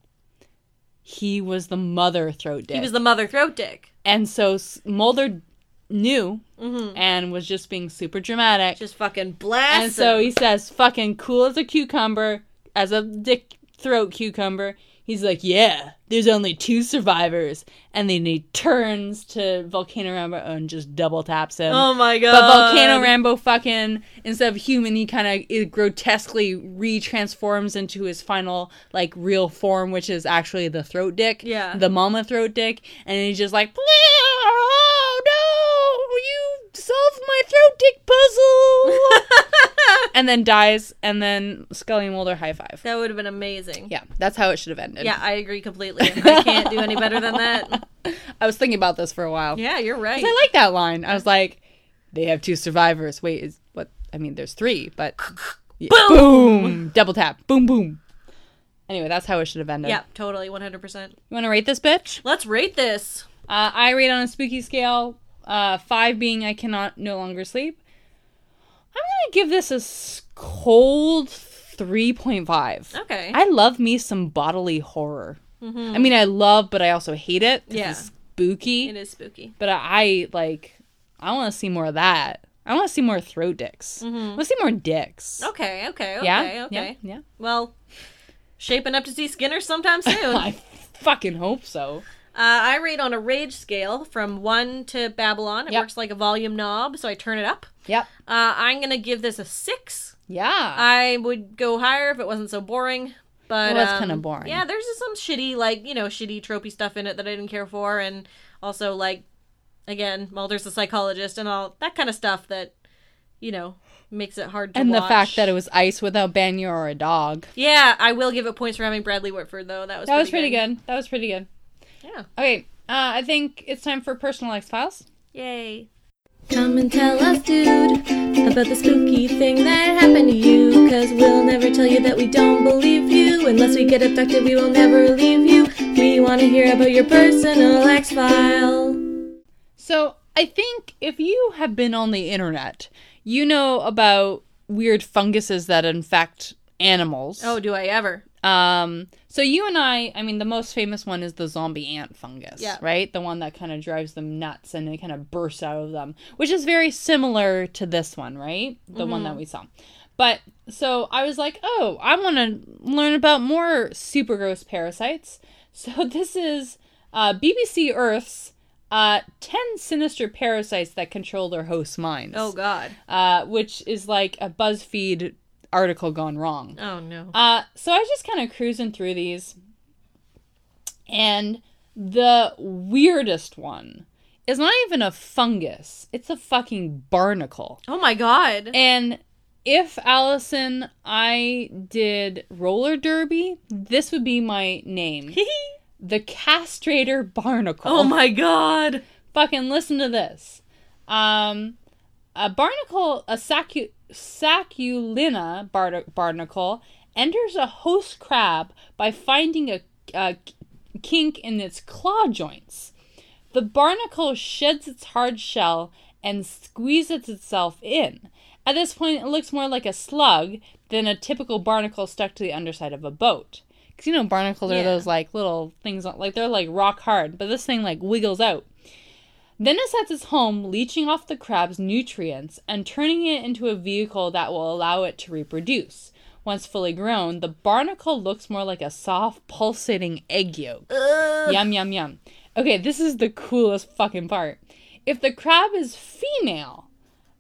he was the mother throat dick. He was the mother throat dick. and so S- Mulder knew Mm-hmm. and was just being super dramatic. Just fucking blast. And so him. he says, fucking cool as a cucumber, as a dick throat cucumber. He's like, yeah, there's only two survivors. And then he turns to Volcano Rambo and just double taps him. Oh my god. But Volcano Rambo fucking, instead of human, he kind of grotesquely retransforms into his final, like, real form, which is actually the throat dick. Yeah. The mama throat dick. And he's just like, oh no, you solved my throat dick puzzle. and then dies, and then Scully and Mulder high five. That would have been amazing. Yeah, that's how it should have ended. Yeah, I agree completely. I can't do any better than that. I was thinking about this for a while. Yeah, you're right. I like that line. I was like, they have two survivors. Wait, is what? I mean, there's three, but Yeah. boom, double tap, boom, boom. Anyway, that's how it should have ended. yeah, totally, 100%. You want to rate this bitch? Let's rate this. Uh, I rate on a spooky scale, uh, five being I cannot no longer sleep. I'm gonna give this a s- cold three point five. Okay. Mm-hmm. I love me some bodily horror. I mean, I love, but I also hate it. 'cause Yeah. it's spooky. it is spooky. But I like I want to see more of that. I want to see more throat dicks. I want to see more dicks. Mm-hmm. Okay, okay, okay, yeah. okay. Yeah. yeah. Well, shaping up to see Skinner sometime soon. uh, I fucking hope so. I rate on a rage scale from 1 to Babylon. It Yep. works like a volume knob, so I turn it up. Yep. Uh, I'm going to give this a 6. Yeah. I would go higher if it wasn't so boring. But It was um, kinda boring. Yeah, there's just some shitty, like you know, shitty tropey stuff in it that I didn't care for, and also like, again, Mulder's a psychologist and all that kind of stuff that, you know, makes it hard to and the watch. fact that it was ice without Banya or a dog. Yeah, I will give it points for having Bradley Whitford though. That was That was pretty good. That was pretty good. Yeah. Okay, uh, I think it's time for personal X Files. Yay. Come and tell us, dude, about the spooky thing that happened to you. Cause we'll never tell you that we don't believe you. Unless we get abducted, we will never leave you. We want to hear about your personal X file. So I think if you have been on the internet, you know about weird funguses that infect animals. Oh, do I ever? Um, so you and I, I mean, the most famous one is the zombie ant fungus, Yeah. right? The one that kind of drives them nuts and it kind of bursts out of them, which is very similar to this one, right? The one Mm-hmm. that we saw. But so I was like, oh, I want to learn about more super gross parasites. So this is uh, BBC Earth's uh, 10 sinister parasites that control their host's minds, Oh God. uh, which is like a BuzzFeed article gone wrong. Oh no. Uh, so I was just kind of cruising through these, and the weirdest one is not even a fungus; it's a fucking barnacle. Oh my God. And if Allison, I did roller derby, this would be my name: the castrator barnacle. oh my God. Fucking listen to this. Um, a barnacle, a sacu- saculina bar- barnacle, enters a host crab by finding a, a kink in its claw joints. The barnacle sheds its hard shell and squeezes itself in. At this point, it looks more like a slug than a typical barnacle stuck to the underside of a boat. Because you know, barnacles are Yeah. those like little things, on- like they're like rock hard, but this thing like wiggles out. Then it sets its home, leeching off the crab's nutrients and turning it into a vehicle that will allow it to reproduce. Once fully grown, the barnacle looks more like a soft, pulsating egg yolk. Yum, yum, yum. Okay, this is the coolest fucking part. If the crab is female,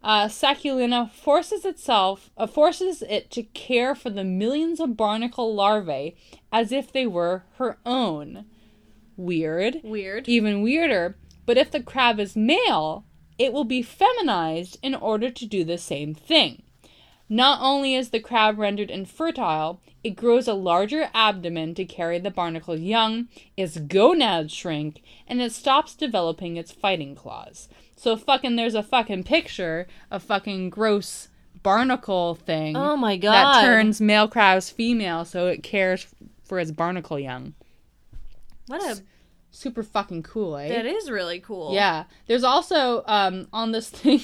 uh, Saculina forces itself, uh, forces it to care for the millions of barnacle larvae as if they were her own. Weird. Weird. Even weirder, but if the crab is male, it will be feminized in order to do the same thing. Not only is the crab rendered infertile, it grows a larger abdomen to carry the barnacle's young, its gonads shrink, and it stops developing its fighting claws. So fucking there's a fucking picture of fucking gross barnacle thing Oh my God. that turns male crabs female so it cares for its barnacle young. What a. Super fucking cool, eh? That is really cool. Yeah. There's also um on this thing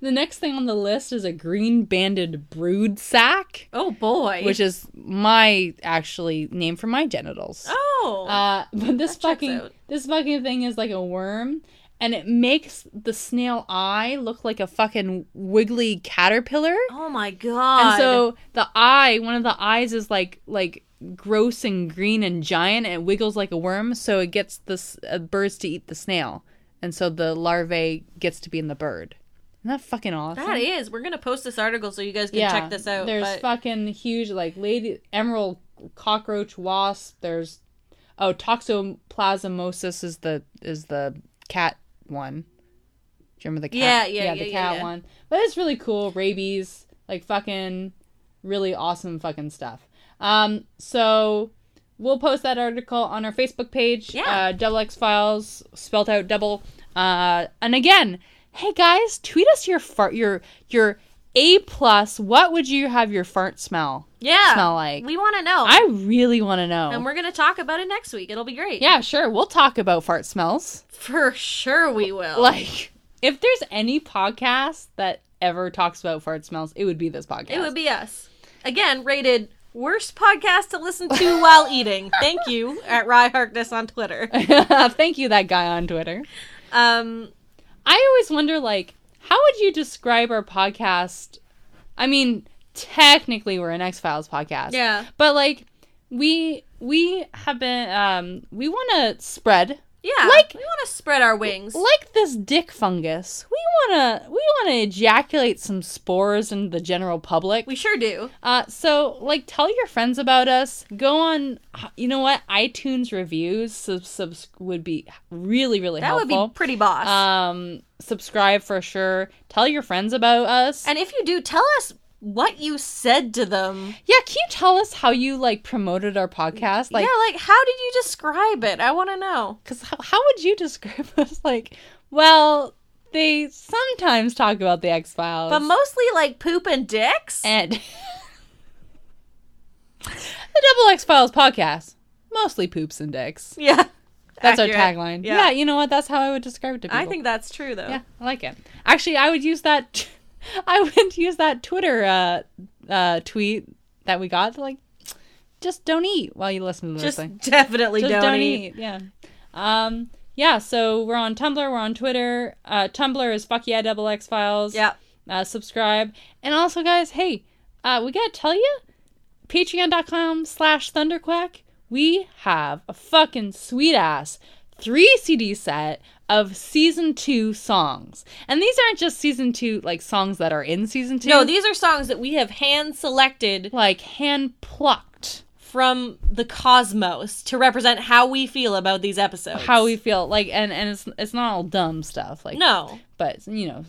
the next thing on the list is a green banded brood sac, Oh boy. which is my actually name for my genitals. Oh. Uh but this fucking out. this fucking thing is like a worm and it makes the snail eye look like a fucking wiggly caterpillar. oh my God. And so the eye, one of the eyes is like like gross and green and giant and it wiggles like a worm, so it gets the s- uh, birds to eat the snail. And so the larvae gets to be in the bird. Isn't that fucking awesome? that is. We're gonna post this article so you guys can check this out. There's but- fucking huge like lady emerald cockroach wasp. There's oh toxoplasmosis is the is the cat one. Do you remember the Yeah, cat? yeah, yeah, the yeah, cat yeah. one. But it's really cool. Rabies, like fucking, really awesome fucking stuff. Um, so we'll post that article on our Facebook page. Yeah. Uh, double X Files, spelt out double. Uh, and again, hey guys, tweet us your fart, your your A plus. What would you have your fart smell? yeah. smell like. We want to know. I really want to know. and we're gonna talk about it next week. It'll be great. yeah, sure. We'll talk about fart smells. For sure we will. Like, if there's any podcast that ever talks about fart smells, it would be this podcast. It would be us. Again, rated worst podcast to listen to while eating. Thank you at Rye Harkness on Twitter. Thank you, that guy on Twitter. Um, I always wonder, like, how would you describe our podcast? I mean, technically, we're an X Files podcast. Yeah. But like, we we have been um we want to spread Yeah, Like- we want to spread our wings. like this dick fungus, we wanna we wanna ejaculate some spores into the general public. we sure do. Uh, so like tell your friends about us. Go on, you know what? iTunes reviews sub, subs would be really really That helpful. would be pretty boss. um, subscribe for sure. Tell your friends about us. and if you do, tell us what you said to them. yeah, can you tell us how you like promoted our podcast? Like, yeah, like how did you describe it? I want to know. Because how, how would you describe us? Like, well, they sometimes talk about the X Files. But mostly like poop and dicks. and the Double X Files podcast. Mostly poops and dicks. yeah, That's our Accurate. tagline. Yeah. Yeah. you know what? That's how I would describe it to people. I think that's true though. Yeah, I like it. Actually, I would use that. I would use that Twitter uh, uh, tweet that we got. Like, just don't eat while you listen to this Just thing. definitely Just don't, eat. Yeah. Um. Yeah. So we're on Tumblr. We're on Twitter. Uh, Tumblr is fuck yeah double X files. Yep. Uh, subscribe and also guys, hey, uh, we gotta tell you, Patreon.com slash Thunderquack. We have a fucking sweet ass three CD set of season two songs, and these aren't just season two like songs that are in season two. No, these are songs that we have hand selected like hand plucked. from the cosmos to represent how we feel about these episodes. How we feel like, and and it's it's not all dumb stuff. Like No. but you know,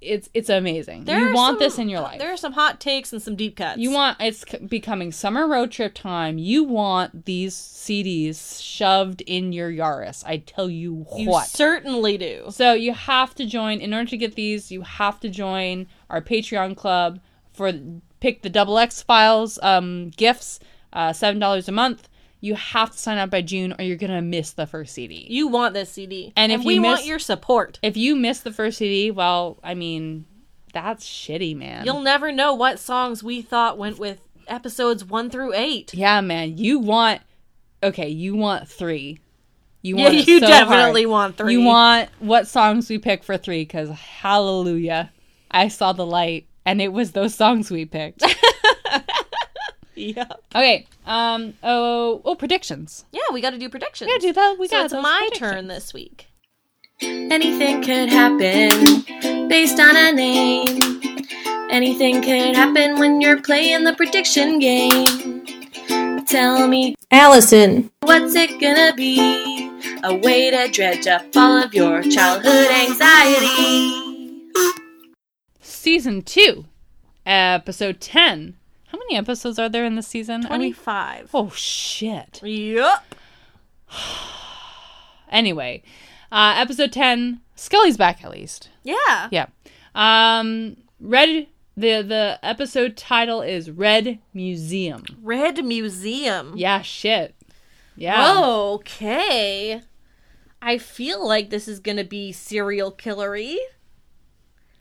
it's it's amazing. There you are want this some- uh, in your life. There are some hot takes and some deep cuts. you want it's c- becoming summer road trip time. You want these CDs shoved in your Yaris. I tell you You what. certainly do. so you have to join in order to get these. You have to join our Patreon club for pick the double X files um, gifts, uh, seven dollars a month. You have to sign up by June, or you're gonna miss the first CD. You want this CD, And if we you want miss- your support, if you miss the first CD, well, I mean, that's shitty, man. you'll never know what songs we thought went with episodes one through eight. Yeah, man. You want okay, you want three. You Yeah, want it you so definitely hard. want three. You want what songs we pick for three, because hallelujah, I saw the light, and it was those songs we picked. Yep. okay. Um. Oh. Oh. Predictions. Yeah, we got to do predictions. Yeah, do that. We so got it's those my predictions. turn this week. Anything could happen based on a name. Anything could happen when you're playing the prediction game. Tell me, Allison, what's it gonna be? A way to dredge up all of your childhood anxiety. Season two, episode ten. How many episodes are there in this season? Are we- Twenty-five. Oh shit. Yep. Anyway, uh, episode ten. Scully's back at least. Yeah. Yeah. Um Red the the episode title is Red Museum. Red Museum. Yeah, shit. Yeah. Oh, okay. I feel like this is gonna be serial killery.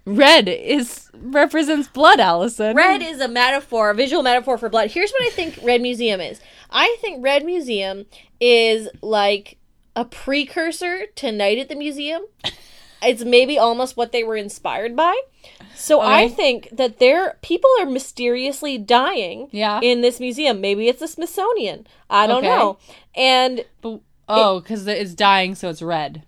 Red is represents blood, Allison. Red is a metaphor, a visual metaphor for blood. Here's what I think Red Museum is. I think Red Museum is like a precursor to Night at the Museum. It's maybe almost what they were inspired by. So I Okay. think that there people are mysteriously dying Yeah. in this museum. Maybe it's the Smithsonian. I don't Okay. know. And But- oh, cuz it's dying so it's red.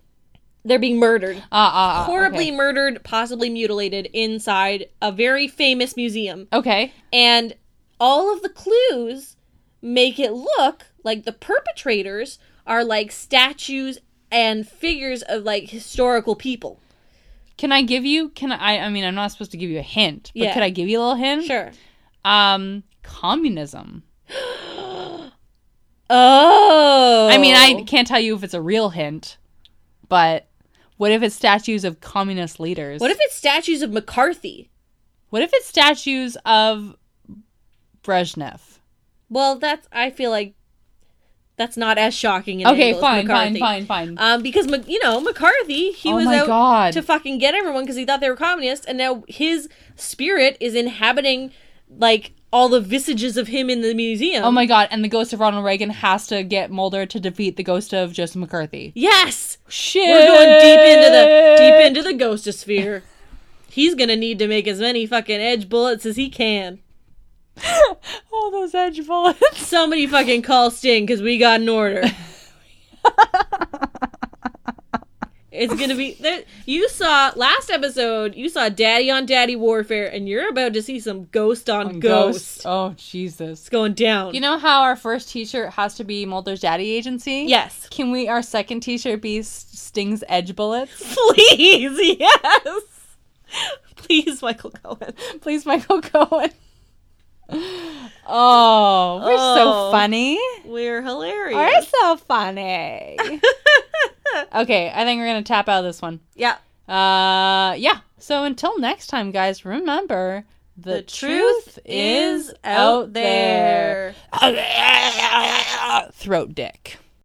they're being murdered. Uh uh. uh, horribly okay. murdered, possibly mutilated inside a very famous museum. uh. Okay. And all of the clues make it look like the perpetrators are like statues and figures of like historical people. Can I give you can I I mean I'm not supposed to give you a hint, but Yeah. could I give you a little hint? Sure. Um communism. Oh. I mean, I can't tell you if it's a real hint, but what if it's statues of communist leaders? What if it's statues of McCarthy? What if it's statues of Brezhnev? Well, that's I feel like that's not as shocking. An Okay, angle as fine, fine, McCarthy. fine, fine, Um, because Mc- you know McCarthy, he Oh was my out God. to fucking get everyone because he thought they were communists, and now his spirit is inhabiting like all the visages of him in the museum. Oh my god! And the ghost of Ronald Reagan has to get Mulder to defeat the ghost of Joseph McCarthy. Yes, Shit! we're going deep into the deep into the ghostosphere. He's gonna need to make as many fucking edge bullets as he can. all those edge bullets. Somebody fucking call Sting because we got an order. It's gonna be that you saw last episode. You saw daddy on daddy warfare, and you're about to see some ghost on, ghost. Oh Jesus. It's going down. You know how our first T-shirt has to be Mulder's Daddy Agency? yes, Can we our second T-shirt be S- Sting's Edge Bullets? please, yes, please, Michael Cohen. Please, Michael Cohen. Oh, we're Oh. so funny. We're hilarious. We're so funny. okay, I think we're gonna tap out of this one. Yeah, Uh, yeah. So until next time, guys, remember the, truth, is out there. Throat dick.